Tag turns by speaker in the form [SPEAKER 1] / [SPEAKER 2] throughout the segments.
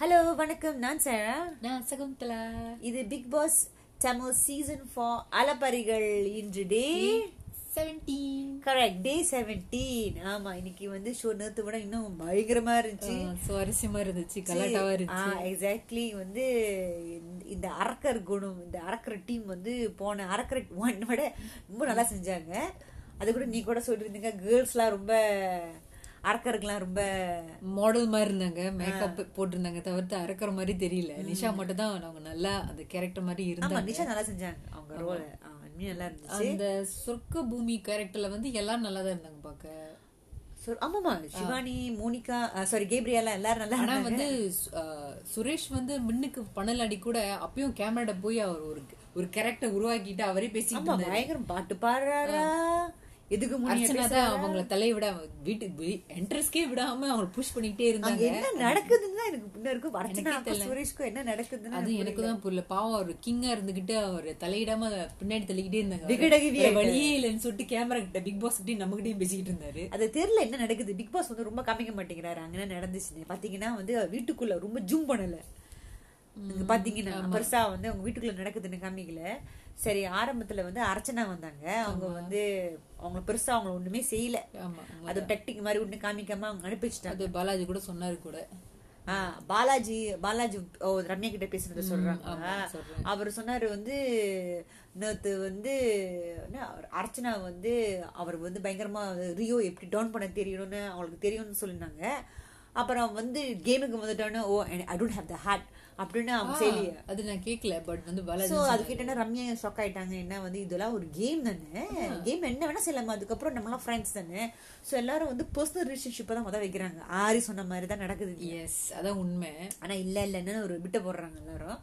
[SPEAKER 1] Hello வணக்கம் நான் சேரா
[SPEAKER 2] நான் சகுந்தலா
[SPEAKER 1] இது Bigg Boss Tamil season four அலப்பரிகள் இன்று day
[SPEAKER 2] seventeen
[SPEAKER 1] correct day seventeen ஆமா இன்னைக்கு வந்து ஷோ நேத்து விட இன்னும் பயங்கரமா இருந்துச்சு
[SPEAKER 2] சுவாரஸ்யமா இருந்துச்சு கலாட்டாவா இருந்துச்சு
[SPEAKER 1] எக்ஸாக்ட்லி வந்து இந்த- இந்த அரக்கர் குணம் இந்த அரக்கர் டீம் வந்து போன அரக்கர் ஒன் விட ரொம்ப நல்லா செஞ்சாங்க அது கூட நீ கூட சொல்லியிருந்தீங்க கேர்ள்ஸ்லாம் ரொம்ப அரக்கருக்குலாம் ரொம்ப
[SPEAKER 2] மாடல் மாதிரி இருந்தாங்க மேக்கப் போட்டிருந்தாங்க தவிர்த்து அறக்கிற மாதிரி தெரியல நிஷா மட்டும் தான் அவங்க நல்லா அந்த கேரக்டர் மாதிரி
[SPEAKER 1] ஆமா
[SPEAKER 2] இருந்தாங்க
[SPEAKER 1] நிஷா நல்லா செஞ்சாங்க அவங்க ரோல் அண்மையும் நல்லா இருந்துச்சு
[SPEAKER 2] அந்த சொர்க்க பூமி கேரக்டர்ல வந்து எல்லாரும் நல்லா தான் இருந்தாங்க பாக்க
[SPEAKER 1] So, ஆமாமா சிவானி மோனிகா சாரி கேப்ரியாலா எல்லாரும் நல்லா
[SPEAKER 2] ஆனா
[SPEAKER 1] இருந்தாங்க
[SPEAKER 2] வந்து சு- அஹ், சுரேஷ் வந்து மின்னுக்கு பணலாடி கூட அப்பயும் கேமராட்ட போய் அவர் ஒரு ஒரு கேரக்டர் உருவாக்கிட்டு அவரே பேசிட்டு
[SPEAKER 1] ஆமா
[SPEAKER 2] இருந்தாரு.
[SPEAKER 1] பயங்கரம் பாட்டு பாடுறாரா எதுக்கு முன்னாடி
[SPEAKER 2] அர்ச்சனா தான் அவங்கள தலையை விட வீட்டுக்கு என்ட்ரஸ்க்கே விடாம அவங்கள புஷ் பண்ணிக்கிட்டே
[SPEAKER 1] அங்க
[SPEAKER 2] இருந்தாங்க
[SPEAKER 1] என்ன நடக்குதுன்னு எனக்கு பின்ன இருக்கும் அர்ச்சனா சுரேஷ்க்கும் என்ன நடக்குதுன்னு
[SPEAKER 2] அது எனக்கு தான் புரியல பாவம் அவர் கிங்கா இருந்துகிட்டு அவர் தலையிடாம பின்னாடி தள்ளிக்கிட்டே இருந்தாங்க
[SPEAKER 1] விகடகி
[SPEAKER 2] வேற வழியே இல்லைன்னு சொல்லிட்டு கேமரா கிட்ட பிக் பாஸ் கிட்டே நம்ம கிட்டயும் பேசிக்கிட்டு இருந்தாரு
[SPEAKER 1] அது தெரியல என்ன நடக்குது பிக் பாஸ் வந்து ரொம்ப காமிக்க மாட்டேங்கிறாரு அங்க என்ன நடந்துச்சுன்னு பாத்தீங்கன்னா வந்து வீட்டுக்குள்ள ரொம்ப ஜூம் பண்ணல நீங்க பாத்தீங்கன்னா பெருசா வந்து அவங்க வீட்டுக்குள்ள நடக்குதுன்னு காமிக்கல சரி ஆரம்பத்துல வந்து அர்ச்சனா வந்தாங்க அவங்க வந்து அவங்க பெருசா அவங்கள ஒண்ணுமே செய்யல
[SPEAKER 2] ஆமா
[SPEAKER 1] அது டெக்டிக் மாதிரி ஒண்ணு காமிக்காம அவங்க அனுப்பிச்சிட்டாங்க
[SPEAKER 2] அது பாலாஜி கூட சொன்னாரு கூட
[SPEAKER 1] ஆ, பாலாஜி பாலாஜி ஓ ரம்யா கிட்ட பேசுனதை சொல்றாங்க
[SPEAKER 2] சொல்றேன்.
[SPEAKER 1] அவர் சொன்னாரு வந்து நேத்து வந்து என்ன, அர்ச்சனா வந்து அவர் வந்து பயங்கரமா ரியோ எப்படி டவுன் பண்ண தெரியணும்னு அவங்களுக்கு தெரியும்னு சொல்லினாங்க அப்புறம் வந்து கேமுக்கு வந்துட்டோன்னு oh I don't have the heart அப்படின்னு அவங்க செய்தி
[SPEAKER 2] அது நான் கேட்கல பட் வந்து பாலாஜி
[SPEAKER 1] ஸோ அது கிட்ட ரம்யா ஷாக் ஆயிட்டாங்க என்ன வந்து இதெல்லாம் ஒரு கேம் தானே கேம் என்ன வேணா செய்யலாமா அதுக்கப்புறம் நம்மளாம் ஃப்ரெண்ட்ஸ் தானே ஸோ எல்லாரும் வந்து பர்சனல் ரிலேஷன்ஷிப்பை தான் முத வைக்கிறாங்க ஆரி சொன்ன மாதிரி தான் நடக்குது இங்க.
[SPEAKER 2] எஸ் அதான் உண்மை
[SPEAKER 1] ஆனா இல்ல இல்லன்னு ஒரு பிட்ட போடுறாங்க எல்லாரும்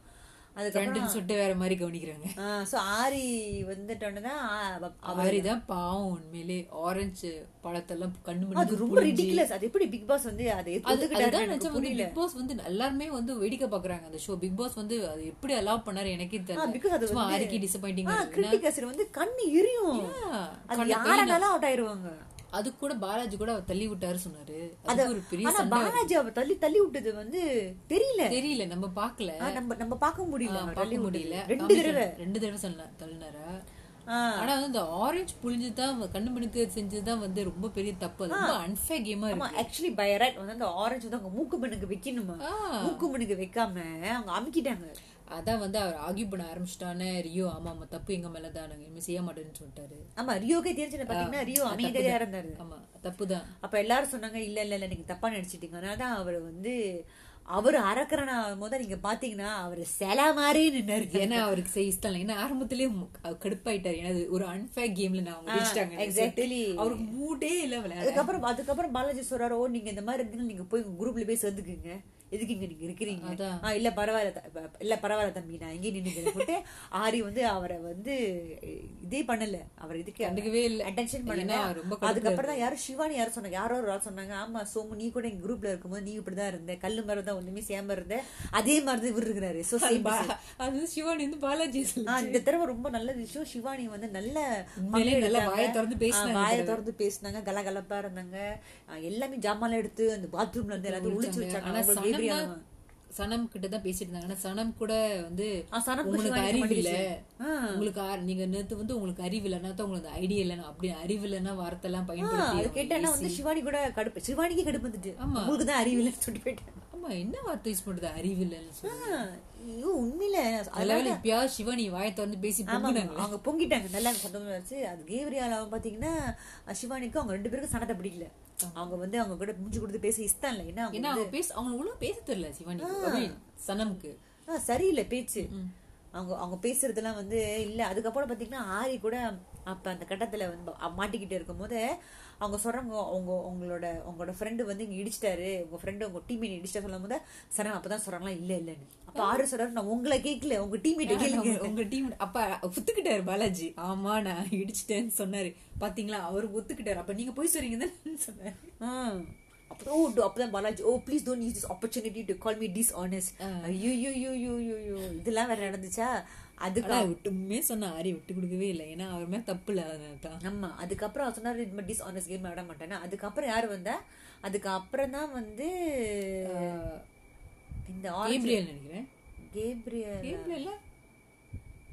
[SPEAKER 1] அதுக்கப்புறம்
[SPEAKER 2] ஃப்ரெண்டுன்னு சொல்லிட்டு வேற மாதிரி கவனிக்கிறாங்க
[SPEAKER 1] சோ ஆரி வந்துட்டோன்னு தான் ஆ, அவ-
[SPEAKER 2] அவரே தான் பாவம் உண்மையிலே ஆரஞ்சு பழத்தெல்லாம் கண்ணு
[SPEAKER 1] அது
[SPEAKER 2] முன்னாடி
[SPEAKER 1] ரொம்ப ரிடிகுலஸ் அது எப்படி பிக் பாஸ் வந்து அதை ஒத்துக்கிட்டாரு
[SPEAKER 2] அதுதான் நிஜம் வந்து பிக் பாஸ் வந்து எல்லாருமே வந்து வேடிக்கை பாக்குறாங்க அந்த ஷோ பிக் பாஸ் வந்து அது எப்படி அலோவ் பண்ணாரு எனக்கே
[SPEAKER 1] because அது
[SPEAKER 2] தெரியல சும்மா அரிக்கி டிசப்பாயிண்டிங்
[SPEAKER 1] கிரிட்டிகாசர் வந்து கண்ணு எரியும் அது யாரானாலும் அவுட் ஆயிருவாங்க
[SPEAKER 2] அது கூட பாலாஜி கூட அவர் தள்ளி விட்டாரு சொன்னாரு அது ஒரு பெரிய
[SPEAKER 1] ஆனா பாலாஜி அவ தள்ளி தள்ளி விட்டது வந்து தெரியல
[SPEAKER 2] தெரியல நம்ம பாக்கல
[SPEAKER 1] ஆ, நம்ம நம்ம பார்க்க முடியல அவ தள்ளி
[SPEAKER 2] பார்க்க
[SPEAKER 1] விட்டது.
[SPEAKER 2] முடியல
[SPEAKER 1] ரெண்டு
[SPEAKER 2] காமிக்கல.
[SPEAKER 1] தடவை
[SPEAKER 2] ரெண்டு தடவை சொன்ன தள்ளினாரா
[SPEAKER 1] ஆ.
[SPEAKER 2] ஆனா வந்து இந்த ஆரஞ்சு புளிஞ்சுதான் கண்ணு மணிக்கு செஞ்சதுதான் வந்து ரொம்ப பெரிய தப்பு அது ரொம்ப அன்ஃபேர் கேமா இருக்கு
[SPEAKER 1] ஆமா ஆக்சுவலி பை ரைட் வந்து அந்த ஆரஞ்சு வந்து அவங்க மூக்கு மண்ணுக்கு வைக்கணுமா
[SPEAKER 2] ஆ.
[SPEAKER 1] மூக்கு மண்ணுக்கு வைக்காம அவங்க அமுக்கிட்டாங்க
[SPEAKER 2] அதான் வந்து அவர் ஆகி பண்ண ஆரம்பிச்சிட்டானே ரியோ ஆமா ஆமா தப்பு எங்க மேல தான் நாங்க இனிமே செய்ய மாட்டேன்னு சொல்லிட்டாரு
[SPEAKER 1] ஆமா ரியோக்கே தெரிஞ்சு பாத்தீங்கன்னா ரியோ அமைதியா இருந்தாரு
[SPEAKER 2] ஆமா தப்புதான்
[SPEAKER 1] அப்ப எல்லாரும் சொன்னாங்க இல்ல இல்ல இல்ல நீங்க தப்பா நினைச்சிட்டீங்க அதனாலதான் அவர் வந்து அவர் அரக்கரனா போது நீங்க பாத்தீங்கன்னா அவர் சில மாதிரி நின்னாரு
[SPEAKER 2] ஏன்னா அவருக்கு செய்ய இஷ்டம் இல்லை ஏன்னா ஆரம்பத்திலேயே மு- அவர் கடுப்பாயிட்டாரு ஏன்னா அது ஒரு அன்ஃபேர் கேம்ல நான் அவங்க ஜெயிச்சிட்டாங்க
[SPEAKER 1] எக்ஸாக்ட்லி
[SPEAKER 2] அவருக்கு மூடே இல்ல விளையாட
[SPEAKER 1] அதுக்கப்புறம் அதுக்கப்புறம் பாலாஜி சொல்றாரு ஓ நீங்க இந்த மாதிரி இருந்தீங்க நீங்க போய் உங்க குரூப்ல போய் சேர்ந்துக்குங்க எதுக்கு இங்க நீங்க இருக்கிறீங்க
[SPEAKER 2] அதான்.
[SPEAKER 1] ஆ, இல்ல பரவாயில்ல த- ப- இல்ல பரவாயில்ல தம்பி நான் இங்கே நின்னுக்கிறேன் போட்டு ஆரி வந்து அவரை வந்து இதே பண்ணல அவர் இதுக்கு
[SPEAKER 2] கண்டுக்கவே இல்ல
[SPEAKER 1] அட்டென்ஷன்
[SPEAKER 2] ஏன்னா
[SPEAKER 1] பண்ணல
[SPEAKER 2] ரொம்ப
[SPEAKER 1] அதுக்கப்புறம் தான் யாரும் சிவானி யாரும் சொன்னாங்க யாரோ ஒரு ஆள் சொன்னாங்க ஆமா சோமு நீ கூட எங்க குரூப்ல இருக்கும்போது நீ இப்படிதான் இருந்த கல்லு மாதிரி தான் ஒண்ணுமே சேம இருந்த அதே மாதிரி தான் இவர் இருக்கிறாரு So, same
[SPEAKER 2] பா- அது சிவானி வந்து பாலாஜி சொல்லு.
[SPEAKER 1] ஆ, இந்த தடவை ரொம்ப நல்ல விஷயம் சிவானி வந்து நல்ல
[SPEAKER 2] உண்மையிலே
[SPEAKER 1] பங்கு
[SPEAKER 2] நல்லா
[SPEAKER 1] எடுத்தாங்க.
[SPEAKER 2] வாயை திறந்து பேசினாங்க
[SPEAKER 1] ஆ, வாயை திறந்து பேசினாங்க கலகலப்பா இருந்தாங்க ஆ, எல்லாமே ஜாமான் எடுத்து அந்த பாத்ரூம்ல இருந்து எல்லாத்தையும் ஒளிச்சு வச்சாங்க
[SPEAKER 2] ஆனா
[SPEAKER 1] அவங்களுக்கு
[SPEAKER 2] சனம்
[SPEAKER 1] எப்படியா-
[SPEAKER 2] தான் சனம் கிட்ட தான் பேசிட்டு இருந்தாங்க ஆனா சனம் கூட வந்து
[SPEAKER 1] ஆ, சனம் கூட
[SPEAKER 2] உங்களுக்கு
[SPEAKER 1] சிவானி
[SPEAKER 2] அறிவு இல்ல
[SPEAKER 1] மாட்டிக்கிச்சு.
[SPEAKER 2] உங்களுக்கு ஆ- நீங்க நேத்து வந்து உங்களுக்கு அறிவு இல்லைன்னா தான் உங்களுக்கு ஐடியா இல்லைன்னா அப்படி அறிவு இல்லைன்னா வார்த்தை எல்லாம்
[SPEAKER 1] ஆ, அது
[SPEAKER 2] பயன்படுத்தி
[SPEAKER 1] கேட்டா வந்து சிவானி கூட கடுப்பு சிவானிக்கே கடுப்பு வந்துட்டு
[SPEAKER 2] ஆமா.
[SPEAKER 1] உங்களுக்கு தான் அறிவு இல்லைன்னு சொல்லிட்டு போயிட்டேன்
[SPEAKER 2] ஆமா என்ன வார்த்தை யூஸ் பண்றது அறிவு இல்லைன்னு சொல்லி
[SPEAKER 1] ஆ, ஐயோ உண்மையில
[SPEAKER 2] அதனால இப்பயா சிவானி வாயை திறந்து பேசி பொங்குனாங்க
[SPEAKER 1] அவங்க பொங்கிட்டாங்க நல்லா எனக்கு சந்தோஷமா இருந்துச்சு அது கேவரியாலாவும் பாத்தீங்கன்னா சிவானிக்கும் அவங்க ரெண்டு பேருக்கும் சனத்தை பிடிக்கல அவங்க வந்து அவங்க கூட முடிஞ்சு கொடுத்து பேச இஷ்டம் இல்லை ஏன்னா அவங்க
[SPEAKER 2] ஏன்னா அவங்க பேச அவங்களுக்கு ஒழுங்கா பேச தெரியல சிவானி I mean, சனம்க்கு
[SPEAKER 1] ஆ, சரியில்லை பேச்சு அவங்க அவங்க பேசுறதெல்லாம் வந்து இல்ல அதுக்கப்புறம் பாத்தீங்கன்னா ஆரி கூட அப்ப அந்த கட்டத்துல வந்து ப- மாட்டிக்கிட்டு இருக்கும்போது அவங்க சொல்றாங்க அவங்க உங்களோட உங்களோட ஃப்ரெண்டு வந்து இங்க இடிச்சிட்டாரு உங்க ஃப்ரெண்டு உங்க டீம்மேட் இடிச்சிட்டா சொல்லும் போது சரண் அப்பதான் சொல்றாங்களா இல்ல இல்லன்னு அப்ப ஆரி சொல்றாரு நான் உங்களை கேட்கல உங்க டீம்மேட் கேளுங்க
[SPEAKER 2] உங்க- உங்க டீம் அப்ப ஒத்துக்கிட்டாரு பாலாஜி ஆமா நான் இடிச்சிட்டேன்னு சொன்னாரு பாத்தீங்களா அவரு ஒத்துக்கிட்டாரு அப்ப நீங்க போய் சொல்றீங்க தானே சொன்னாரு
[SPEAKER 1] ஆ. அப்புறம் ஓ டோ- அப்பதான் Balaji "Oh, oh please don't use this opportunity to call me dishonest ஐயோ ஐயோ ஐயோ ஐயோ ஐயோ இதெல்லாம் வேற நடந்துச்சா அதுக்கு
[SPEAKER 2] ஆனா விட்டுமே சொன்ன ஆரி விட்டு கொடுக்கவே இல்லை ஏன்னா அவர் மேல தப்பு இல்ல அதனாலதான்
[SPEAKER 1] ஆமா அதுக்கப்புறம் அவர் சொன்னாரு இது மாதிரி டிஸ்ஆனஸ்ட் கேம் விட மாட்டேன்னா அதுக்கப்புறம் யார் வந்தா அதுக்கப்புறம் தான் வந்து இந்த இந்த ஆரஞ்சு
[SPEAKER 2] கேப்ரியல் நினைக்கிறேன்
[SPEAKER 1] கேப்ரியல்
[SPEAKER 2] கேப்ரியல்ல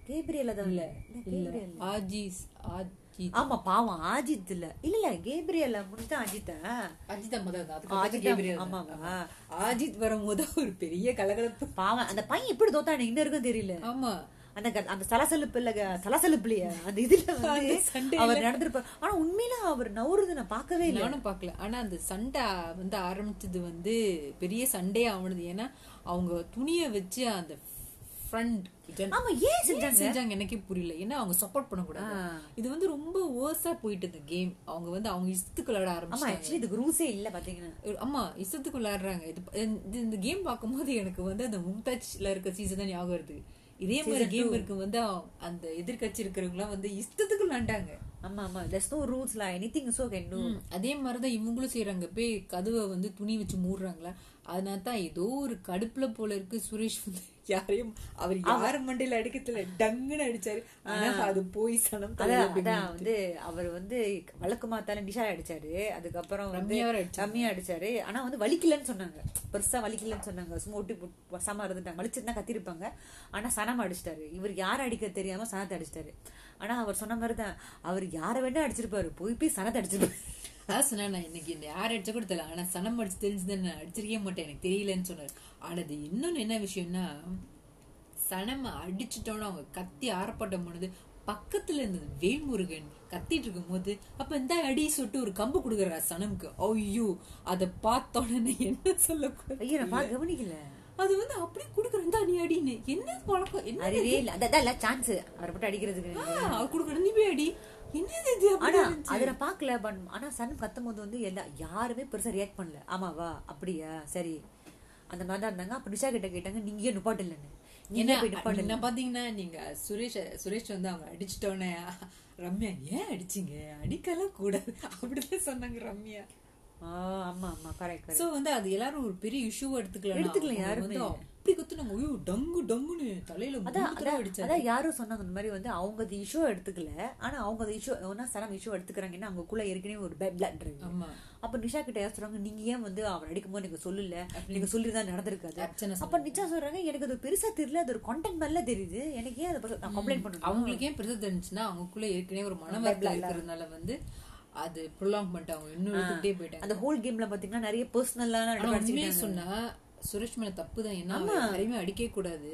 [SPEAKER 1] கேப்ரியல தான் இல்ல
[SPEAKER 2] இல்ல
[SPEAKER 1] கேப்ரியல்
[SPEAKER 2] ஆஜிஸ் ஆஜி
[SPEAKER 1] ஆமா பாவம் ஆஜித் இல்ல இல்ல இல்ல கேப்ரியல முடிஞ்சா ஆஜித்தா
[SPEAKER 2] அஜித் அம்மா தான்
[SPEAKER 1] ஆஜித்
[SPEAKER 2] அதுக்கு
[SPEAKER 1] ஆமாவா
[SPEAKER 2] ஆஜித் வரும்போது ஒரு பெரிய கலகலப்பு
[SPEAKER 1] பாவம் அந்த பையன் எப்படி தோத்தானு இன்ன இருக்கும் தெரியல
[SPEAKER 2] ஆமா
[SPEAKER 1] அந்த க- அந்த சலசலப்பு இல்ல க- சலசலப்புலயே அந்த இதுல வந்து
[SPEAKER 2] அந்த சண்டையில.
[SPEAKER 1] அவர் நடந்திருப்பார் ஆனா உண்மையில அவர் நவுறது நான் பார்க்கவே இல்ல
[SPEAKER 2] நானும் பார்க்கல ஆனா அந்த சண்டை வந்து ஆரம்பிச்சது வந்து பெரிய சண்டையா ஆனது ஏன்னா அவங்க துணியை வச்சு அந்த ஃப்ரண்ட்
[SPEAKER 1] ஆமா ஏன் செஞ்சாங்க
[SPEAKER 2] செஞ்சாங்க எனக்கே புரியல ஏன்னா அவங்க சப்போர்ட் பண்ணக்கூடாது
[SPEAKER 1] ஆ.
[SPEAKER 2] இது வந்து ரொம்ப ஓர்ஸா போயிட்டு இந்த கேம் அவங்க வந்து அவங்க இஷ்டத்துக்கு விளையாட
[SPEAKER 1] ஆமா
[SPEAKER 2] ஆரம்பிச்சாங்க
[SPEAKER 1] ஆக்சுவலி இதுக்கு ரூல்ஸே இல்ல பாத்தீங்கன்னா
[SPEAKER 2] ஆமா இஷ்டத்துக்கு விளையாடுறாங்க இது ப- இந்த- இந்த கேம் பார்க்கும்போது எனக்கு வந்து அந்த மும்தாஜ்ல இருக்க சீசன் தான் ஞாபகம் வருது இதே மாதிரி கேம் இருக்கும் வந்து அவங்க- அந்த எதிர்கட்சி இருக்கிறவங்க வந்து இஷ்டத்துக்கு விளையாண்டாங்க
[SPEAKER 1] ஆமா ஆமா there's no rules law anything so can do
[SPEAKER 2] ம், அதே மாதிரிதான் இவங்களும் செய்யறாங்க போய் கதவை வந்து துணி வச்சு மூடுறாங்களா அதனால தான் ஏதோ ஒரு கடுப்புல போல இருக்கு சுரேஷ் வந்து யாரையும் அவர் யார் மண்டையில அடிக்கத்துல டங்குன்னு அடிச்சாரு ஆனா அது போய் சனம்
[SPEAKER 1] அதான் அதான் வந்து அவர் வந்து வழக்கு மாத்தாலும் நிஷா அடிச்சாரு அதுக்கப்புறம் வந்து
[SPEAKER 2] ரம்யாவை அடிச்சாங்க.
[SPEAKER 1] ரம்யா அடிச்சாரு ஆனா வந்து வலிக்கலன்னு சொன்னாங்க பெருசா வலிக்கலன்னு சொன்னாங்க சும்மா ஒட்டி புட்- வசாம இருந்துட்டாங்க வலிச்சிருந்தா கத்திருப்பாங்க ஆனா சனம் அடிச்சிட்டாரு இவர் யார் அடிக்க தெரியாம சனத்தை அடிச்சிட்டாரு ஆனா அவர் சொன்ன மாதிரி தான் அவர் யாரை வேணா அடிச்சிருப்பாரு போய் போய் சனத்தை அடிச்சிருப்பாரு
[SPEAKER 2] அதான் சொன்னா நான் இன்னைக்கு இந்த யார் அடிச்ச கூட தெரியல ஆனா சனம் அடிச்சு தெரிஞ்சது நான் அடிச்சிருக்கவே மாட்டேன் எனக்கு தெரியலன்னு சொன்னாரு ஆனா அது இன்னொன்னு என்ன விஷயம்னா சனம் அடிச்சிட்டோன்னு அவங்க கத்தி ஆர்ப்பாட்டம் பண்ணுது பக்கத்துல இருந்தது வேல்முருகன் கத்திட்டு இருக்கும்போது அப்ப இந்த அடி சொல்லிட்டு ஒரு கம்பு கொடுக்குறா சனமுக்கு ஐயோ அதை பார்த்த உடனே என்ன சொல்லக்கூடாது
[SPEAKER 1] ஐயோ நான் பார்க்க கவனிக்கல
[SPEAKER 2] அது வந்து அப்படியே கொடுக்குறேன் இந்தா நீ அடின்னு என்ன பழக்கம் என்ன
[SPEAKER 1] அறிவே இல்ல அதான் இல்ல சான்ஸ் அவரை மட்டும் அடிக்கிறதுக்கு
[SPEAKER 2] அவர் கொடுக்குறேன் நீ போய் அடி என்னது இது
[SPEAKER 1] ஆனா
[SPEAKER 2] அப்படின்னு
[SPEAKER 1] அத நான் பாக்கல பட் ஆனா சன் கத்தும் போது வந்து எல்லா யாருமே பெருசா ரியாக்ட் பண்ணல ஆமாவா அப்படியா சரி அந்த மாதிரி தான் இருந்தாங்க அப்ப நிஷா கிட்ட கேட்டாங்க நீங்க ஏன் நிப்பாட்டலன்னு நீங்க
[SPEAKER 2] ஏன்னா
[SPEAKER 1] போய் நிப்பாட்டல
[SPEAKER 2] என்ன பாத்தீங்கன்னா நீங்க சுரேஷ் சுரேஷ் வந்து அவங்க அடிச்சிட்டோன்னே ரம்யா ஏன் அடிச்சீங்க அடிக்கலாம் கூடாது அப்படிதான் சொன்னாங்க ரம்யா
[SPEAKER 1] ஆ, ஆமா ஆமா கரெக்ட் கரெக்ட்
[SPEAKER 2] சோ வந்து அது எல்லாரும் ஒரு பெரிய இஷ்யூவா எடுத்துக்கலாம்
[SPEAKER 1] எடுத்துக்கல
[SPEAKER 2] அவங்க
[SPEAKER 1] யாருமே.
[SPEAKER 2] வந்து அப்படி குத்து நாங்க ஐயோ டங்கு டங்குன்னு தலையில மூணு தடவை அடிச்சாங்க
[SPEAKER 1] அதான் யாரும் சொன்னாங்க இந்த மாதிரி வந்து அவங்க அது இஷ்யூ எடுத்துக்கல ஆனா அவங்க அது இஷ்யூ ஏன்னா சனம் இஷ்யூ எடுத்துக்கிறாங்க ஏன்னா அவங்களுக்குள்ள ஏற்கனவே ஒரு பிளட் இருக்கு
[SPEAKER 2] ஆமா
[SPEAKER 1] அப்ப நிஷா கிட்ட யார் சொல்றாங்க நீங்க ஏன் வந்து அவர் அடிக்கும்போது நீங்க சொல்லல நீங்க சொல்லிருந்தா நடந்திருக்காது
[SPEAKER 2] அர்ச்சனை
[SPEAKER 1] அப்ப நிஷா சொல்றாங்க எனக்கு அது பெருசா தெரியல அது ஒரு கண்டென்ட் மாதிரிலாம் தெரியுது எனக்கு ஏன் அதை பத்தி- நான் கம்ப்ளைண்ட் பண்ணுவேன்
[SPEAKER 2] அவங்களுக்கு ஏன் பெருசா தெரிஞ்சுன்னா அவங்களுக்குள்ள ஏற்கனவே ஒரு மனவரத்துல இருக்கிறதுனால வந்து அது ப்ரொலாங் பண்ணிட்டு அவங்க இன்னும் எடுத்துக்கிட்டே போயிட்டாங்க
[SPEAKER 1] அந்த ஹோல் கேம்ல பாத்தீங்கன்னா நிறைய பர்சனலான
[SPEAKER 2] ஆனா உண்மையை சொன்னா சுரேஷ் மேல தப்பு தான் என்ன யாரையுமே அடிக்க கூடாது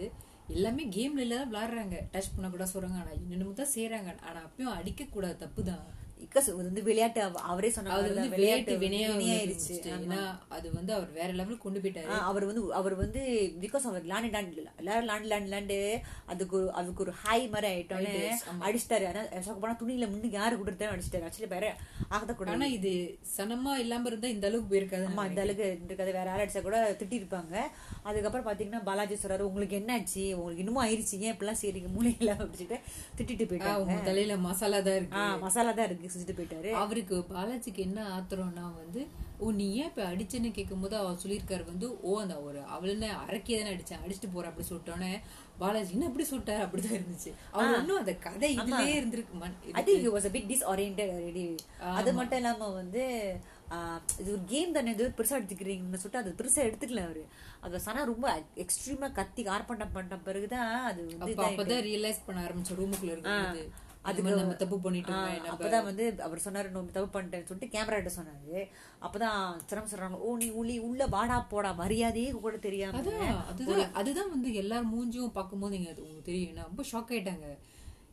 [SPEAKER 2] எல்லாமே கேம்ல இல்ல விளையாடுறாங்க டச் பண்ண கூட சொல்றாங்க ஆனா இன்னமும் தான் செய்யறாங்க ஆனா அப்பயும் அடிக்க கூடாது தப்பு தான்
[SPEAKER 1] இக்கஸ் இது வந்து விளையாட்டு அவ- அவரே சொன்ன
[SPEAKER 2] அது
[SPEAKER 1] மாதிரி
[SPEAKER 2] வந்து
[SPEAKER 1] தான்,
[SPEAKER 2] விளையாட்டு
[SPEAKER 1] வினையா
[SPEAKER 2] வினையாயிருச்சு
[SPEAKER 1] ஆயிருச்சு.
[SPEAKER 2] ஏன்னா அது வந்து அவர் வேற லெவலுக்கு கொண்டு போயிட்டாரு
[SPEAKER 1] ஆ, அவர் வந்து அவர் வந்து பிகாஸ் அவர் லேண்ட் லேண்ட் எல்லாரும் லேண்ட் லேண்ட் லேண்டு அதுக்கு ஒரு அதுக்கு ஒரு ஹை மாதிரி ஆயிட்டோன்னு அடிச்சிட்டாரு அதான் சொல்ல போனா துணியில முன்னு யாரு கொடுத்தாலும் அடிச்சிட்டாரு ஆக்சுவலி வேற ஆகக்கூடாது
[SPEAKER 2] ஆனா இது சனமா இல்லாம இருந்தா இந்த அளவுக்கு போயிருக்காது
[SPEAKER 1] ஆமா இந்த அளவுக்கு இருக்காது வேற ஆள் அடிச்சா கூட திட்டி இருப்பாங்க அதுக்கப்புறம் பாத்தீங்கன்னா பாலாஜி சொல்றாரு உங்களுக்கு என்னாச்சு உங்களுக்கு இன்னமும் ஆயிருச்சு ஏன் இப்பெல்லாம் செய்றீங்க மூளையில அப்படின்னு சொல்லிட்டு திட்டிட்டு போயிட்டாரு
[SPEAKER 2] அவங்க தலையில மசாலா தான் இருக்கு
[SPEAKER 1] ஆ மசாலா தான் இருக்கு செஞ்சுட்டு போயிட்டாரு
[SPEAKER 2] அவருக்கு பாலாஜிக்கு என்ன ஆத்திரம்னா வந்து ஓ நீ ஏன் இப்ப அடிச்சேன்னு கேட்கும்போது அவர் சொல்லியிருக்காரு வந்து ஓ அந்த ஒரு அவளுன்னு அரக்கி தானே அடிச்சேன் அடிச்சுட்டு போற அப்படி சொல்லிட்டோன்னே பாலாஜி என்ன அப்படி சொல்லிட்டாரு அப்படிதான் இருந்துச்சு அவர் இன்னும் அந்த கதை இதுலயே இருந்திருக்கு மன்-
[SPEAKER 1] I think he was a bit disoriented already அது மட்டும் இல்லாம வந்து ஆ, இது ஒரு கேம் தானே இது பெருசா எடுத்துக்கிறீங்கன்னு சொல்லிட்டு அது பெருசா எடுத்துக்கல அவரு அது சனா ரொம்ப எக்ஸ்ட்ரீமா கத்தி ஆர்ப்பாட்டம் பண்ண பிறகுதான் அது வந்து
[SPEAKER 2] அப்ப அப்பதான் ரியலைஸ் பண்ண ஆரம்பிச்ச ரூமுக்குள்ள இருக்கும்போது அதுக்கு நம்ம தப்பு பண்ணிட்டோமே
[SPEAKER 1] ஆ, அப்பதான் வந்து அவர் சொன்னாரு நம்ம தப்பு பண்ணிட்டேன்னு சொல்லிட்டு கேமரா கிட்ட சொன்னாரு அப்பதான் சிரம் சொல்றாங்க ஓ நீ உளி உள்ள வாடா போடா மரியாதையே கூட தெரியாம
[SPEAKER 2] அதான், அதுதான் அதுதான் வந்து எல்லார் மூஞ்சியும் பார்க்கும்போது நீங்க அது உங்களுக்கு தெரியும் நான் ரொம்ப ஷாக் ஆயிட்டாங்க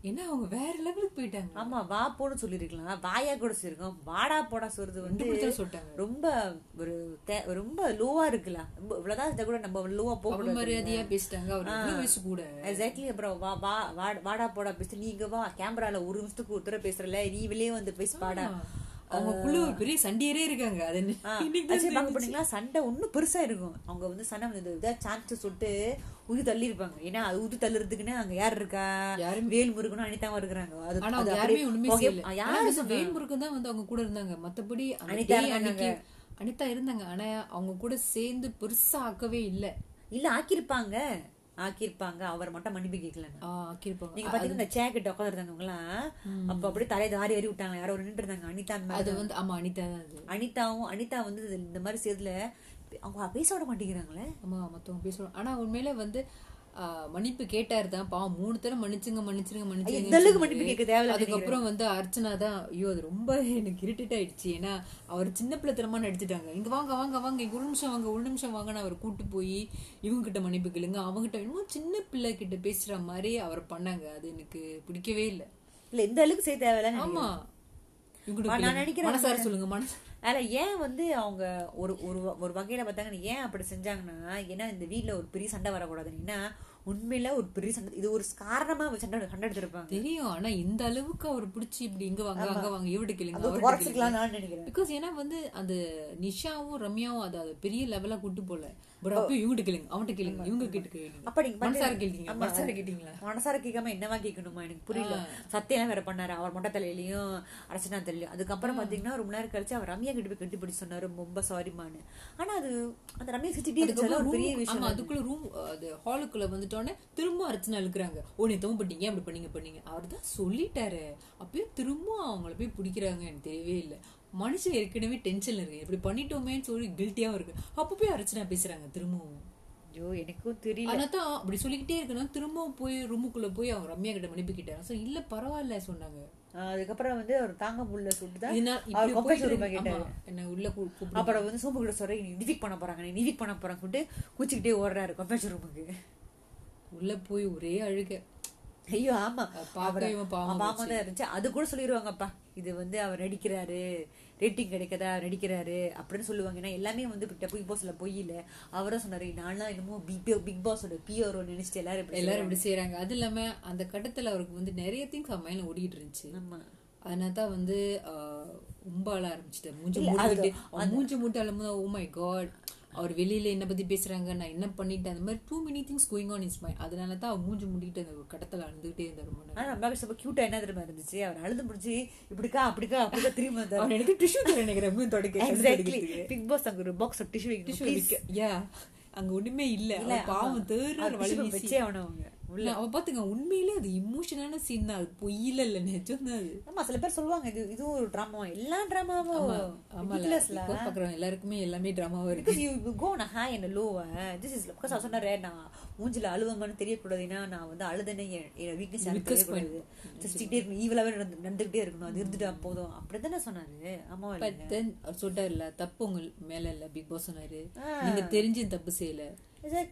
[SPEAKER 2] ஏன்னா அவங்க வேற லெவலுக்கு போயிட்டாங்க
[SPEAKER 1] ஆமா வா போன்னு சொல்லிருக்கலாம் வாயா கூட சொல்லிருக்கோம் வாடா போடா சொல்றது வந்து
[SPEAKER 2] ரெண்டு பேரும் சொல்லிட்டாங்க
[SPEAKER 1] ரொம்ப ஒரு தே- ரொம்ப லோவா இருக்குல்ல ரொம்ப இவ்வளவுதான் இருந்தா கூட நம்ம லோவா போக கூடாது.
[SPEAKER 2] மரியாதையா பேசிட்டாங்க அவர் எவ்வளவு வயசு கூட
[SPEAKER 1] எக்ஸாக்ட்லி அப்புறம் வா வா வா- வாடா போடா பேசு நீங்க வா கேமரால ஒரு நிமிஷத்துக்கு ஒரு தடவை பேசுறல நீ வெளியே வந்து பேசு பாடா
[SPEAKER 2] அவங்களுக்குள்ள ஒரு பெரிய சண்டையரே இருக்காங்க அது என்ன- இன்னைக்கு தான்
[SPEAKER 1] ஆக்சுவலி பார்க்க போனீங்களா சண்டை ஒன்றும் பெருசா இருக்கும் அவங்க வந்து சண்டை வந்து ஏதாவது சான்ஸ் சொல்லிட்டு உது தள்ளி இருப்பாங்க ஏன்னா அது உது தள்ளுறதுக்குன்னு அங்க யார் இருக்கா
[SPEAKER 2] யாரும்
[SPEAKER 1] வேல் முருகனும் அனிதாவும் இருக்கிறாங்க அது
[SPEAKER 2] ஆனா
[SPEAKER 1] அது
[SPEAKER 2] அவங்க
[SPEAKER 1] அப்படியே
[SPEAKER 2] யாருமே ஒண்ணுமே
[SPEAKER 1] புகை-
[SPEAKER 2] செய்யல
[SPEAKER 1] ஆ, யாரு
[SPEAKER 2] யாரும் வேல்முருகன் தான் வந்து அவங்க கூட இருந்தாங்க மத்தபடி அந்த
[SPEAKER 1] அனிதா
[SPEAKER 2] day
[SPEAKER 1] இருந்தாங்க.
[SPEAKER 2] அன்னைக்கு அனிதா இருந்தாங்க ஆனா அவங்க கூட சேர்ந்து பெருசா ஆக்கவே இல்ல
[SPEAKER 1] இல்ல ஆக்கியிருப்பாங்க ஆக்கியிருப்பாங்க அவர் மட்டும் மன்னிப்பு கேட்கல
[SPEAKER 2] ஆஹ் ஆக்கியிருப்பாங்க
[SPEAKER 1] நீங்க பாத்தீங்கன்னா இந்த சேர் கிட்ட உட்காந்துருந்தாங்க எல்லாம் அப்ப அப்படியே தலையை தாரி ஏறி விட்டாங்க யாரோ நின்று இருந்தாங்க அனிதா மேல.
[SPEAKER 2] அது வந்து ஆமா அனிதா தான் அது
[SPEAKER 1] அனிதாவும் அனிதா வந்து இது- இந்த மாதிரி செய்யறதுல அவங்க பேச விட மாட்டேங்கிறாங்களே
[SPEAKER 2] ஆமா மத்தவங்க பேசுவாங்க ஆனா உண்மையில வந்து ஆ, மன்னிப்பு கேட்டாரு தான் பாவம் மூணு தடவை மன்னிச்சுங்க மன்னிச்சிருங்க மன்னிச்சுங்க
[SPEAKER 1] இந்த அளவுக்கு மன்னிப்பு கேட்க தேவையில்ல
[SPEAKER 2] அதுக்கப்புறம் வந்து அர்ச்சனா தான் ஐயோ அது ரொம்ப எனக்கு இரிட்டேட் ஆயிடுச்சு ஏன்னா அவர் சின்ன பிள்ளைத்தனமா நடிச்சிட்டாங்க இங்க வாங்க வாங்க வாங்க இங்க ஒரு நிமிஷம் வாங்க ஒரு நிமிஷம் வாங்கன்னு அவர் கூட்டு போய் இவங்க கிட்ட மன்னிப்பு கேளுங்க அவங்ககிட்ட இன்னும் சின்ன பிள்ளை கிட்ட பேசுற மாதிரி அவர் பண்ணாங்க அது எனக்கு பிடிக்கவே இல்லை
[SPEAKER 1] இல்ல இந்த அளவுக்கு செய்ய தேவையில்ல
[SPEAKER 2] ஆமா இவங்கிட்ட
[SPEAKER 1] நான்
[SPEAKER 2] கேளுங்க.
[SPEAKER 1] நினைக்கிறேன்
[SPEAKER 2] மனசார சொல்லுங்க மனசு
[SPEAKER 1] ஆனா ஏன் வந்து அவங்க ஒரு ஒரு வ- ஒரு வகையில பார்த்தாங்கன்னா ஏன் அப்படி செஞ்சாங்கன்னா ஏன்னா இந்த வீட்ல ஒரு பெரிய சண்டை வரக்கூடாதுன்னு ஏன்னா உண்மையில ஒரு பெரிய சண்டை இது ஒரு காரணமா அவங்க சண்டை சண்டை எடுத்திருப்பாங்க
[SPEAKER 2] தெரியும் ஆனா இந்த அளவுக்கு அவர் பிடிச்சி இப்படி இங்க வாங்க அங்க வாங்க இவர்கிட்ட கேளுங்க
[SPEAKER 1] அது
[SPEAKER 2] அவர்கிட்ட கேளுங்க
[SPEAKER 1] உரைச்சிக்கலாம் நான் நினைக்கிறேன்
[SPEAKER 2] பிகாஸ் ஏன்னா வந்து அந்த நிஷாவும் ரம்யாவும் அது அது பெரிய லெவலா கூட்டு போல பட் அப்போ இவங்கிட்ட கேளுங்க அவன்கிட்ட கேளுங்க இவங்க கிட்ட கேளுங்க
[SPEAKER 1] அப்ப நீங்க
[SPEAKER 2] மனசார
[SPEAKER 1] பாத்தீங்க-
[SPEAKER 2] கேட்டீங்க
[SPEAKER 1] ஆமா.
[SPEAKER 2] மனசார கேட்டீங்களா
[SPEAKER 1] மனசார கேட்காம என்னவா கேட்கணுமா எனக்கு புரியல சத்தியம் வேற பண்ணாரு அவர் மொட்டை தலையிலயும் அரசனா தலையிலயும் அதுக்கப்புறம் பாத்தீங்கன்னா ரொம்ப நேரம் கழிச்சு அவர் ரம்யா கிட்ட போய் கட்டி பிடிச்சு சொன்னாரு ரொம்ப சாரிமான்னு ஆனா அது அந்த ரம்யா சிட்டிட்டே இருக்கிறதுல ஒரு பெரிய விஷயம்
[SPEAKER 2] ஆமா அதுக்குள்ள ரூம் அது ஹாலுக்குள்ள வந்துட்டோன்னே திரும்ப அர்ச்சனை இழுக்கிறாங்க ஓ நீ தவம் பண்ணிட்டீங்க அப்படி பண்ணீங்க பண்ணீங்க அவர் தான் சொல்லிட்டாரு அப்பயும் திரும்ப அவங்கள போய் பிடிக்கிறாங்க எனக்கு தெரியவே இல்லை மனுஷன் ஏற்கனவே டென்ஷன்ல இருக்கு இப்படி பண்ணிட்டோமேன்னு சொல்லி கில்ட்டியாவும் இருக்கு அப்ப போய் அர்ச்சனா பேசுறாங்க திரும்பவும்
[SPEAKER 1] ஐயோ எனக்கும் தெரியல
[SPEAKER 2] ஆனா தான் அப்படி சொல்லிக்கிட்டே இருக்கணும் திரும்பவும் போய் ரூமுக்குள்ள போய் அவங்க ரம்யா கிட்ட மன்னிப்பு கேட்டாங்க சோ இல்ல பரவாயில்ல சொன்னாங்க
[SPEAKER 1] ஆஹ் அதுக்கப்புறம் வந்து அவர் தாங்க முடியல சுட்டுதான்
[SPEAKER 2] இதனால இப்படி
[SPEAKER 1] அவர் கொக்கை
[SPEAKER 2] போயிட்டு
[SPEAKER 1] சுருமா
[SPEAKER 2] இருக்கு.
[SPEAKER 1] கேட்டாரு.
[SPEAKER 2] ஆமா, என்னை உள்ள கூ- கூப்பிடு.
[SPEAKER 1] அப்புறம் வந்து சோம்பு கிட்ட சொல்ற நீ நிதிக் பண்ண போறாங்க நீ நிதிக் பண்ண போறாங்க கூப்பிட்டு குச்சிக்கிட்டே ஓடுறாரு கன்ஃபெஷன் ரூமுக்கு
[SPEAKER 2] உள்ள போய் ஒரே அழுக
[SPEAKER 1] ஐயோ ஆமா
[SPEAKER 2] பார்க்க இவன் பாவம்
[SPEAKER 1] பாவமா தான் இருந்துச்சு அது கூட சொல்லிடுவாங்கப்பா இது வந்து அவர் நடிக்கிறாரு ரேட்டிங் கிடைக்கதா நடிக்கிறாரு அப்படின்னு சொல்லுவாங்க ஏன்னா எல்லாமே வந்து பிட்ட பிக் பாஸ்ல போயில அவரும் சொன்னாரு நான்லாம் என்னமோ பிக் பிக் பாஸோட பிஆர்ஓ நினைச்சிட்டு எல்லாரும் இப்படி
[SPEAKER 2] எல்லாரும் இப்படி செய்யறாங்க அது இல்லாம அந்த கட்டத்துல அவருக்கு வந்து நிறைய திங்ஸ் அவன் மைண்ட்ல ஓடிட்டு இருந்துச்சு
[SPEAKER 1] சொல்றாங்க. ஆமா
[SPEAKER 2] அதனால தான் வந்து ஆஹ், ரொம்ப அழ ஆரம்பிச்சிட்டேன் மூஞ்சி
[SPEAKER 1] இல்ல,
[SPEAKER 2] மூடிட்டு அவன் மூஞ்சி மூட்டு அழும்போது ஓ மை காட் அவர் வெளியில என்ன பத்தி பேசுறாங்க நான் என்ன பண்ணிட்டேன் அந்த மாதிரி too many things going on is mind அதனால தான் அவன் மூஞ்சி மூடிட்டு அந்த ஒரு கட்டத்துல அழுந்துகிட்டே இருந்தார் ரொம்ப நேரம்.
[SPEAKER 1] ஆனா நம்ம ரொம்ப கியூட்டா என்ன தெரியுமா இருந்துச்சு அவர் அழுது முடிச்சு இப்படிக்கா அப்படிக்கா அப்படிக்கா திரும்பி வந்தாரு
[SPEAKER 2] அவன் எனக்கு டிஷ்யூ தர நினைக்கிறேன் மூஞ்சி தொடக்க
[SPEAKER 1] எக்ஸாக்ட்லி பிக் பாஸ் அங்க ஒரு பாக்ஸ் டிஷ்யூ டிஷ்யூ
[SPEAKER 2] யா அங்க ஒண்ணுமே இல்ல அவன் பாவம் தேர்ற வழி வீசி
[SPEAKER 1] வச்சே ஆகணும் அவங்க
[SPEAKER 2] இல்ல அவ பாத்துங்க உண்மையிலே அது இமோஷனான சீன் தான் அது பொய்யில இல்ல நிஜம் தான் அது
[SPEAKER 1] ஆமா சில பேர் சொல்லுவாங்க இது இதுவும் ஒரு டிராமா எல்லா டிராமாவும்
[SPEAKER 2] ஆமால இப்ப பாக்குறவங்க எல்லாருக்குமே எல்லாமே டிராமாவா இருக்கு
[SPEAKER 1] பிகாஸ் யூ கோ நான் ஹாய் என்ன லோவ திஸ் இஸ் பிகாஸ் நான் சொன்னாரு நான் மூஞ்சில அழுவமான்னு தெரியக்கூடாது ஏன்னா நான் வந்து அழுதுன்னு என்- என் வீக்னஸ் எனக்கு தெரியக்கூடாது சிரிச்சுக்கிட்டே இருக்கணும் ஈவலாவே நடந்து நடந்துகிட்டே இருக்கணும் அது இருந்துட்டா போதும் அப்படிதானே சொன்னாரு ஆமா
[SPEAKER 2] பட் தென் அவர் சொல்லிட்டாருல தப்பு உங்க மேல இல்ல பிக் பாஸ் சொன்னாரு நீங்க தெரிஞ்சு தப்பு செய்யல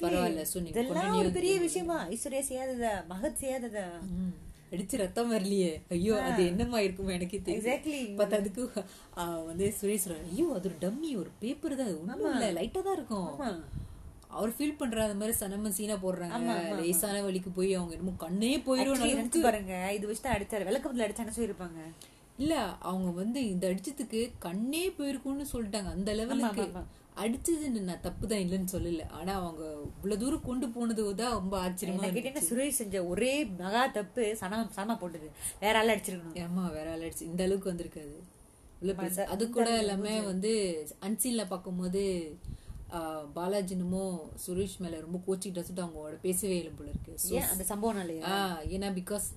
[SPEAKER 2] பரவாயில்ல சோ நீங்க
[SPEAKER 1] இதெல்லாம் ஒரு பெரிய விஷயமா ஐஸ்வர்யா செய்யாததா மகத் செய்யாததா
[SPEAKER 2] ம், அடிச்சு ரத்தம் வரலையே ஐயோ அது என்னமா இருக்குமோ எனக்கே தெரியும்
[SPEAKER 1] எக்ஸாக்ட்லி
[SPEAKER 2] பார்த்தா அதுக்கு ஆ, வந்து சுரேஷ் சொல்றாரு, ஐயோ அது ஒரு டம்மி ஒரு பேப்பர் தான் அது ஒண்ணும் இல்ல லைட்டா தான் இருக்கும் அவர் ஃபீல் பண்ற அந்த மாதிரி சனம சீனா போடுறாங்க லேசான வலிக்கு போய் அவங்க என்னமோ கண்ணே போயிரும் நல்லா-
[SPEAKER 1] நினைச்சு பாருங்க இது வச்சு தான் அடிச்சாரு விளக்கத்துல அடிச்சான்னு சொல்லிருப்பாங்க
[SPEAKER 2] இல்ல அவங்க வந்து இந்த அடிச்சதுக்கு கண்ணே போயிருக்கும்னு சொல்லிட்டாங்க அந்த லெவலுக்கு அடிச்சது நான் தப்பு தான் இல்லைன்னு சொல்லல ஆனா அவங்க இவ்வளவு தூரம் கொண்டு போனது தான் ரொம்ப ஆச்சரியமா
[SPEAKER 1] நான் கேட்டீங்கன்னா சுரேஷ் செஞ்ச ஒரே மகா தப்பு சனா சனமா போட்டது வேற ஆள் அடிச்சிருக்கணும்
[SPEAKER 2] ஏமா வேற ஆள் அடிச்சு இந்த அளவுக்கு வந்திருக்காது இவ்வளவு பெருசா- அது கூட எல்லாமே வந்து அன்சீன்ல பார்க்கும்போது ஆஹ், பாலாஜி என்னமோ சுரேஷ் மேல ரொம்ப கோச்சிக்கிட்டு வச்சுட்டு அவங்களோட பேசவே இல்லை போல இருக்கு So,
[SPEAKER 1] ஏன் அந்த சம்பவம் நாளையா
[SPEAKER 2] ஆ, ஏன்னா பிகாஸ்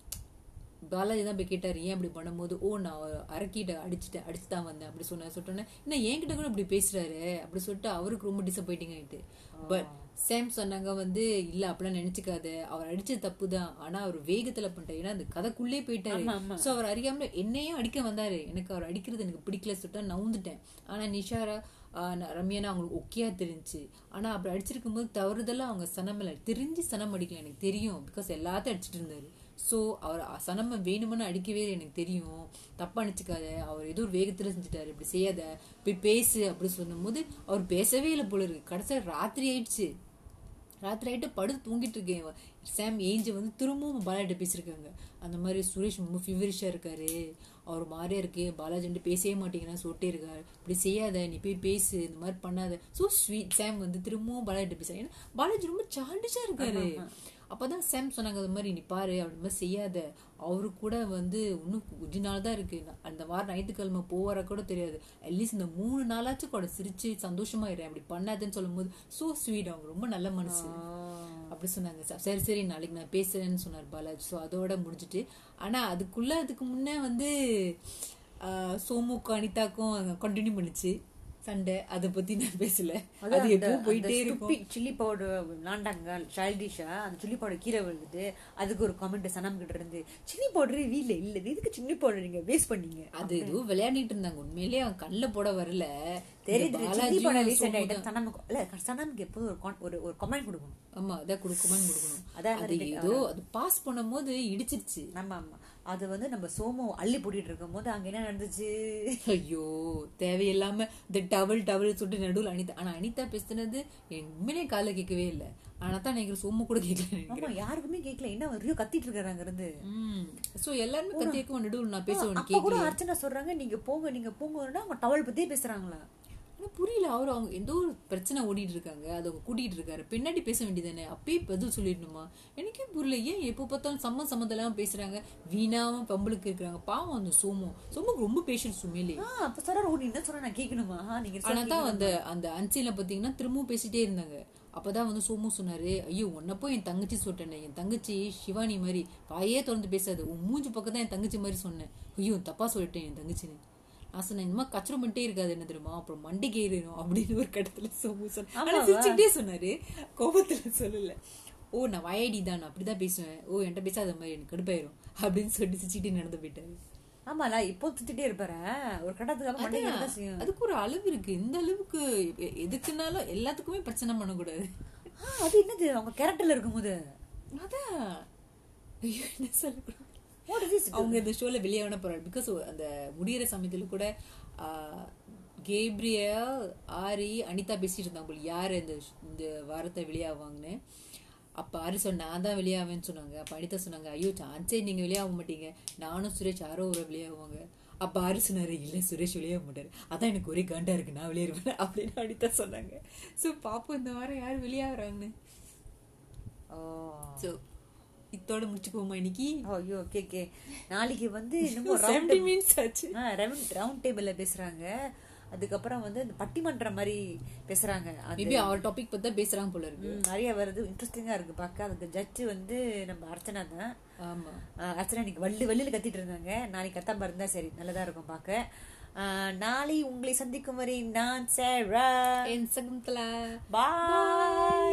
[SPEAKER 2] பாலாஜி தான் போய் கேட்டாரு ஏன் அப்படி பண்ணும்போது ஓ நான் அரக்கிட்ட அடிச்சுட்டேன் அடிச்சு தான் வந்தேன் அப்படி சொன்ன சொல்லிட்டோன்னே என்ன என்கிட்ட கூட இப்படி பேசுறாரு அப்படி சொல்லிட்டு அவருக்கு ரொம்ப டிசப்பாயிண்டிங் ஆயிட்டு பட் சேம் சொன்னாங்க வந்து இல்ல அப்படிலாம் நினைச்சுக்காத அவர் அடிச்ச தப்பு தான் ஆனா அவர் வேகத்துல பண்ணிட்டாரு ஏன்னா அந்த கதைக்குள்ளே போயிட்டாரு சோ அவர் அறியாமல என்னையும் அடிக்க வந்தாரு எனக்கு அவர் அடிக்கிறது எனக்கு பிடிக்கல சொல்லிட்டு நவுந்துட்டேன் ஆனா நிஷாரா ஆ, ந- ரம்யானா அவங்களுக்கு ஓகேயா தெரிஞ்சு ஆனா அப்படி அடிச்சிருக்கும் போது தவறுதலா அவங்க சனமில்ல தெரிஞ்சு சனம் அடிக்கல எனக்கு தெரியும் பிகாஸ் எல்லாத்தையும் அடிச்சிட்டு இருந்தாரு ஸோ அவர் அ- சனம வேணும்னு அடிக்கவே இல்லை, எனக்கு தெரியும் தப்பா நினைச்சுக்காத அவர் ஏதோ ஒரு வேகத்துல செஞ்சுட்டாரு இப்படி செய்யாத போய் பேசு அப்படி சொல்லும்போது அவர் பேசவே இல்லை போல இருக்கு கடைசியில் ராத்திரி ஆயிடுச்சு ராத்திரி ஆயிட்டு படுத்து தூங்கிட்டு இருக்கேன் இவன். சாம் ஏஞ்சி வந்து திரும்பவும் பாலாஜி பேசியிருக்காங்க அந்த மாதிரி சுரேஷ் ரொம்ப ஃபீவரிஷாக இருக்காரு அவர் மாதிரியே இருக்கு பாலாஜின்ட்டு பேசவே மாட்டேங்கிறான்னு சொல்லிட்டே இருக்காரு இப்படி செய்யாத நீ போய் பேசு இந்த மாதிரி பண்ணாத ஸோ ஸ்வீட் சாம் வந்து திரும்பவும் பாலாஜி பேசுறாங்க ஏன்னா பாலாஜி ரொம்ப சாண்டிஷாக இருக்காரு அப்பதான் சாம் சொன்னாங்க அது மாதிரி நீ பாரு அப்படி மாதிரி செய்யாத அவரு கூட வந்து இன்னும் கொஞ்ச நாள் தான் இருக்கு அந்த வாரம் ஞாயிற்றுக்கிழமை போவார கூட தெரியாது அட்லீஸ்ட் இந்த மூணு நாளாச்சும் கூட சிரிச்சு சந்தோஷமா இரு அப்படி பண்ணாதேன்னு சொல்லும்போது சோ ஸ்வீட் அவங்க ரொம்ப நல்ல மனசு அப்படி சொன்னாங்க ச- சரி சரி நாளைக்கு நான் பேசுறேன்னு சொன்னார் பாலாஜி ஸோ அதோட முடிஞ்சுட்டு ஆனா அதுக்குள்ள அதுக்கு முன்னே வந்து ஆஹ், சோமுக்கும் அனிதாக்கும் கண்டினியூ பண்ணுச்சு சண்டை அதை பத்தி நான் பேசல அது
[SPEAKER 1] அது
[SPEAKER 2] எப்பவும் போயிட்டே இருக்கும்
[SPEAKER 1] சில்லி பவுடர் விளாண்டாங்க சைல்டிஷா அந்த சில்லி பவுடர் கீழே விழுது அதுக்கு ஒரு காமெண்ட் சனம் கிட்ட இருந்து சில்லி பவுடர் வீல இல்ல இதுக்கு சில்லி பவுடர் நீங்க வேஸ்ட் பண்ணீங்க
[SPEAKER 2] அது ஏதோ விளையாடிட்டு இருந்தாங்க உண்மையிலேயே அவன் கண்ணுல போட வரல
[SPEAKER 1] தெரியுது
[SPEAKER 2] இந்த
[SPEAKER 1] சில்லி பவுடர்
[SPEAKER 2] பாலாஜியும்
[SPEAKER 1] ரீசெண்ட்
[SPEAKER 2] சோமுதான்.
[SPEAKER 1] ஆயிட்டு சனமுக்கு இல்ல சனமுக்கு எப்போதும் ஒரு con- ஒரு ஒரு கமெண்ட் கொடுக்கணும்
[SPEAKER 2] ஆமா அதான் கொடுக்குமான்னு கொடுக்கணும்
[SPEAKER 1] அதான்
[SPEAKER 2] அது ஏதோ அது பாஸ் பண்ணும்போது இடிச்சிருச்சு
[SPEAKER 1] ஆமா ஆமா அது வந்து நம்ம சோமு அள்ளி போட்டுட்டு இருக்கும் போது அங்க என்ன நடந்துச்சு
[SPEAKER 2] ஐயோ தேவையில்லாம இந்த டவல் டவல் சொல்லிட்டு நடுவுல அனிதா ஆனா அனிதா பேசுனது என் உண்மையிலே கால கேட்கவே இல்ல ஆனா தான் நினைக்கிறேன் சோமு கூட கேட்கல
[SPEAKER 1] ஆமா யாருக்குமே கேட்கல என்ன அவன் ரியோ கத்திட்டு இருக்காரு அங்க இருந்து
[SPEAKER 2] சோ எல்லாருமே கத்தியக்கும் நடுவுல நான் பேசுவேன்
[SPEAKER 1] அப்ப கூட அர்ச்சனா சொல்றாங்க நீங்க போங்க நீங்க போங்கன்னா அவங்க டவல் பத்தியே பேசுறாங்களா
[SPEAKER 2] ஆனா புரியல அவரு அவங்க ஏதோ ஒரு பிரச்சனை ஓடிட்டு இருக்காங்க அது அவங்க கூட்டிட்டு இருக்காரு பின்னாடி பேச வேண்டியதானே அப்பயே பதில் சொல்லிடணுமா எனக்கே புரியல ஏன் எப்போ பார்த்தாலும் சம்ம சம்மந்தெல்லாம் பேசுறாங்க வீணாவும் பம்பளுக்கு இருக்கிறாங்க பாவம் அந்த சோமு சோமுக்கு ரொம்ப பேஷன்ஸ் உண்மையிலே
[SPEAKER 1] ஆ, அப்ப சொல்றாரு ஓ, நீ என்ன சொல்ற நான் கேட்கணுமா ஆ, நீங்க
[SPEAKER 2] ஆனா
[SPEAKER 1] சொல்றீங்க.
[SPEAKER 2] தான் அந்த அந்த அன்சில பாத்தீங்கன்னா திரும்பவும் பேசிட்டே இருந்தாங்க அப்பதான் வந்து சோமு சொன்னாரு ஐயோ உன்னை போய் என் தங்கச்சி சொல்லிட்டேனே என் தங்கச்சி சிவானி மாதிரி வாயே திறந்து பேசாது உன் மூஞ்சி பக்கம் தான் என் தங்கச்சி மாதிரி சொன்னேன் ஐயோ தப்பா சொல்லிட்டேன் என் தங்கச்சின்னு நான் சொன்னேன் இந்த மாதிரி கச்சரம் பண்ணிட்டே இருக்காது என்ன தெரியுமா அப்புறம் மண்டைக்கு ஏறிடும் அப்படின்னு ஒரு கட்டத்துல சோமு சொன்னேன் ஆனா சிரிச்சுக்கிட்டே சொன்னாரு கோபத்துல சொல்லல ஓ நான் வயடி தான் நான் அப்படிதான் பேசுவேன் ஓ என்கிட்ட பேசாத மாதிரி எனக்கு கடுப்பாயிரும் அப்படின்னு சொல்லிட்டு சிரிச்சுக்கிட்டே நடந்து போயிட்டாரு
[SPEAKER 1] ஆமால இப்போ திட்டிட்டே இருப்பாரு ஒரு கட்டத்துக்கு அப்புறம் மண்டைக்கு ஏறதான் செய்யும்
[SPEAKER 2] அதுக்கு ஒரு அளவு இருக்கு இந்த அளவுக்கு எ- எதுக்குனாலும் எல்லாத்துக்குமே பிரச்சனை பண்ணக்கூடாது
[SPEAKER 1] ஆ, அது என்னது அவங்க கேரக்டர்ல இருக்கும்போது
[SPEAKER 2] அதான் ஐயோ என்ன சொல்லக்கூடாது
[SPEAKER 1] What is this?
[SPEAKER 2] அவங்க இந்த ஷோல வெளியே வேணா போறாங்க பிகாஸ் அந்த முடியிற சமயத்துல கூட கேப்ரியல் ஆரி அனிதா பேசிட்டு இருந்தாங்க போல யார் இந்த ஷ்- இந்த வாரத்தை வெளியாவாங்கன்னு அப்ப ஆரி சொன்ன நான் தான் வெளியாவேன்னு சொன்னாங்க அப்ப அனிதா சொன்னாங்க ஐயோ சான்ஸே நீங்க வெளியாக மாட்டீங்க நானும் சுரேஷ் யாரோ ஒரு வெளியாவாங்க அப்ப ஆரி சொன்னாரு இல்ல சுரேஷ் வெளியாக மாட்டாரு அதான் எனக்கு ஒரே காண்டா இருக்கு நான் வெளியேறுவேன் அப்படின்னு அனிதா சொன்னாங்க சோ பாப்போம் இந்த வாரம் யார் வெளியாகிறாங்கன்னு
[SPEAKER 1] ஓ.
[SPEAKER 2] சோ இத்தோட முடிச்சுக்குவோமா இன்னைக்கு
[SPEAKER 1] ஓ, ஐயோ ஓகே ஓகே நாளைக்கு வந்து இன்னமும்
[SPEAKER 2] செவன்டி மினிட்ஸ் ஆச்சு
[SPEAKER 1] ரவுண்ட் ரவுண்ட் டேபிள்ல பேசுறாங்க அதுக்கப்புறம் வந்து இந்த பட்டிமன்றம் மாதிரி பேசுறாங்க அது
[SPEAKER 2] மேபி அவர் டாபிக் பத்தி தான் பேசுறாங்க போல இருக்கு
[SPEAKER 1] ம், நிறைய வருது இன்ட்ரெஸ்டிங்கா இருக்கு பார்க்க அதுக்கு ஜட்ஜ் வந்து நம்ம அர்ச்சனா தான்
[SPEAKER 2] ஆமா
[SPEAKER 1] ஆ, அர்ச்சனா இன்னைக்கு வள்ளி வள்ளியில் கத்திட்டு இருந்தாங்க நாளைக்கு கத்தாம இருந்தா சரி நல்லதா இருக்கும் பார்க்க ஆ, நாளை உங்களை சந்திக்கும் வரை நான் சேரா
[SPEAKER 2] என் சகுந்தலா
[SPEAKER 1] பாய்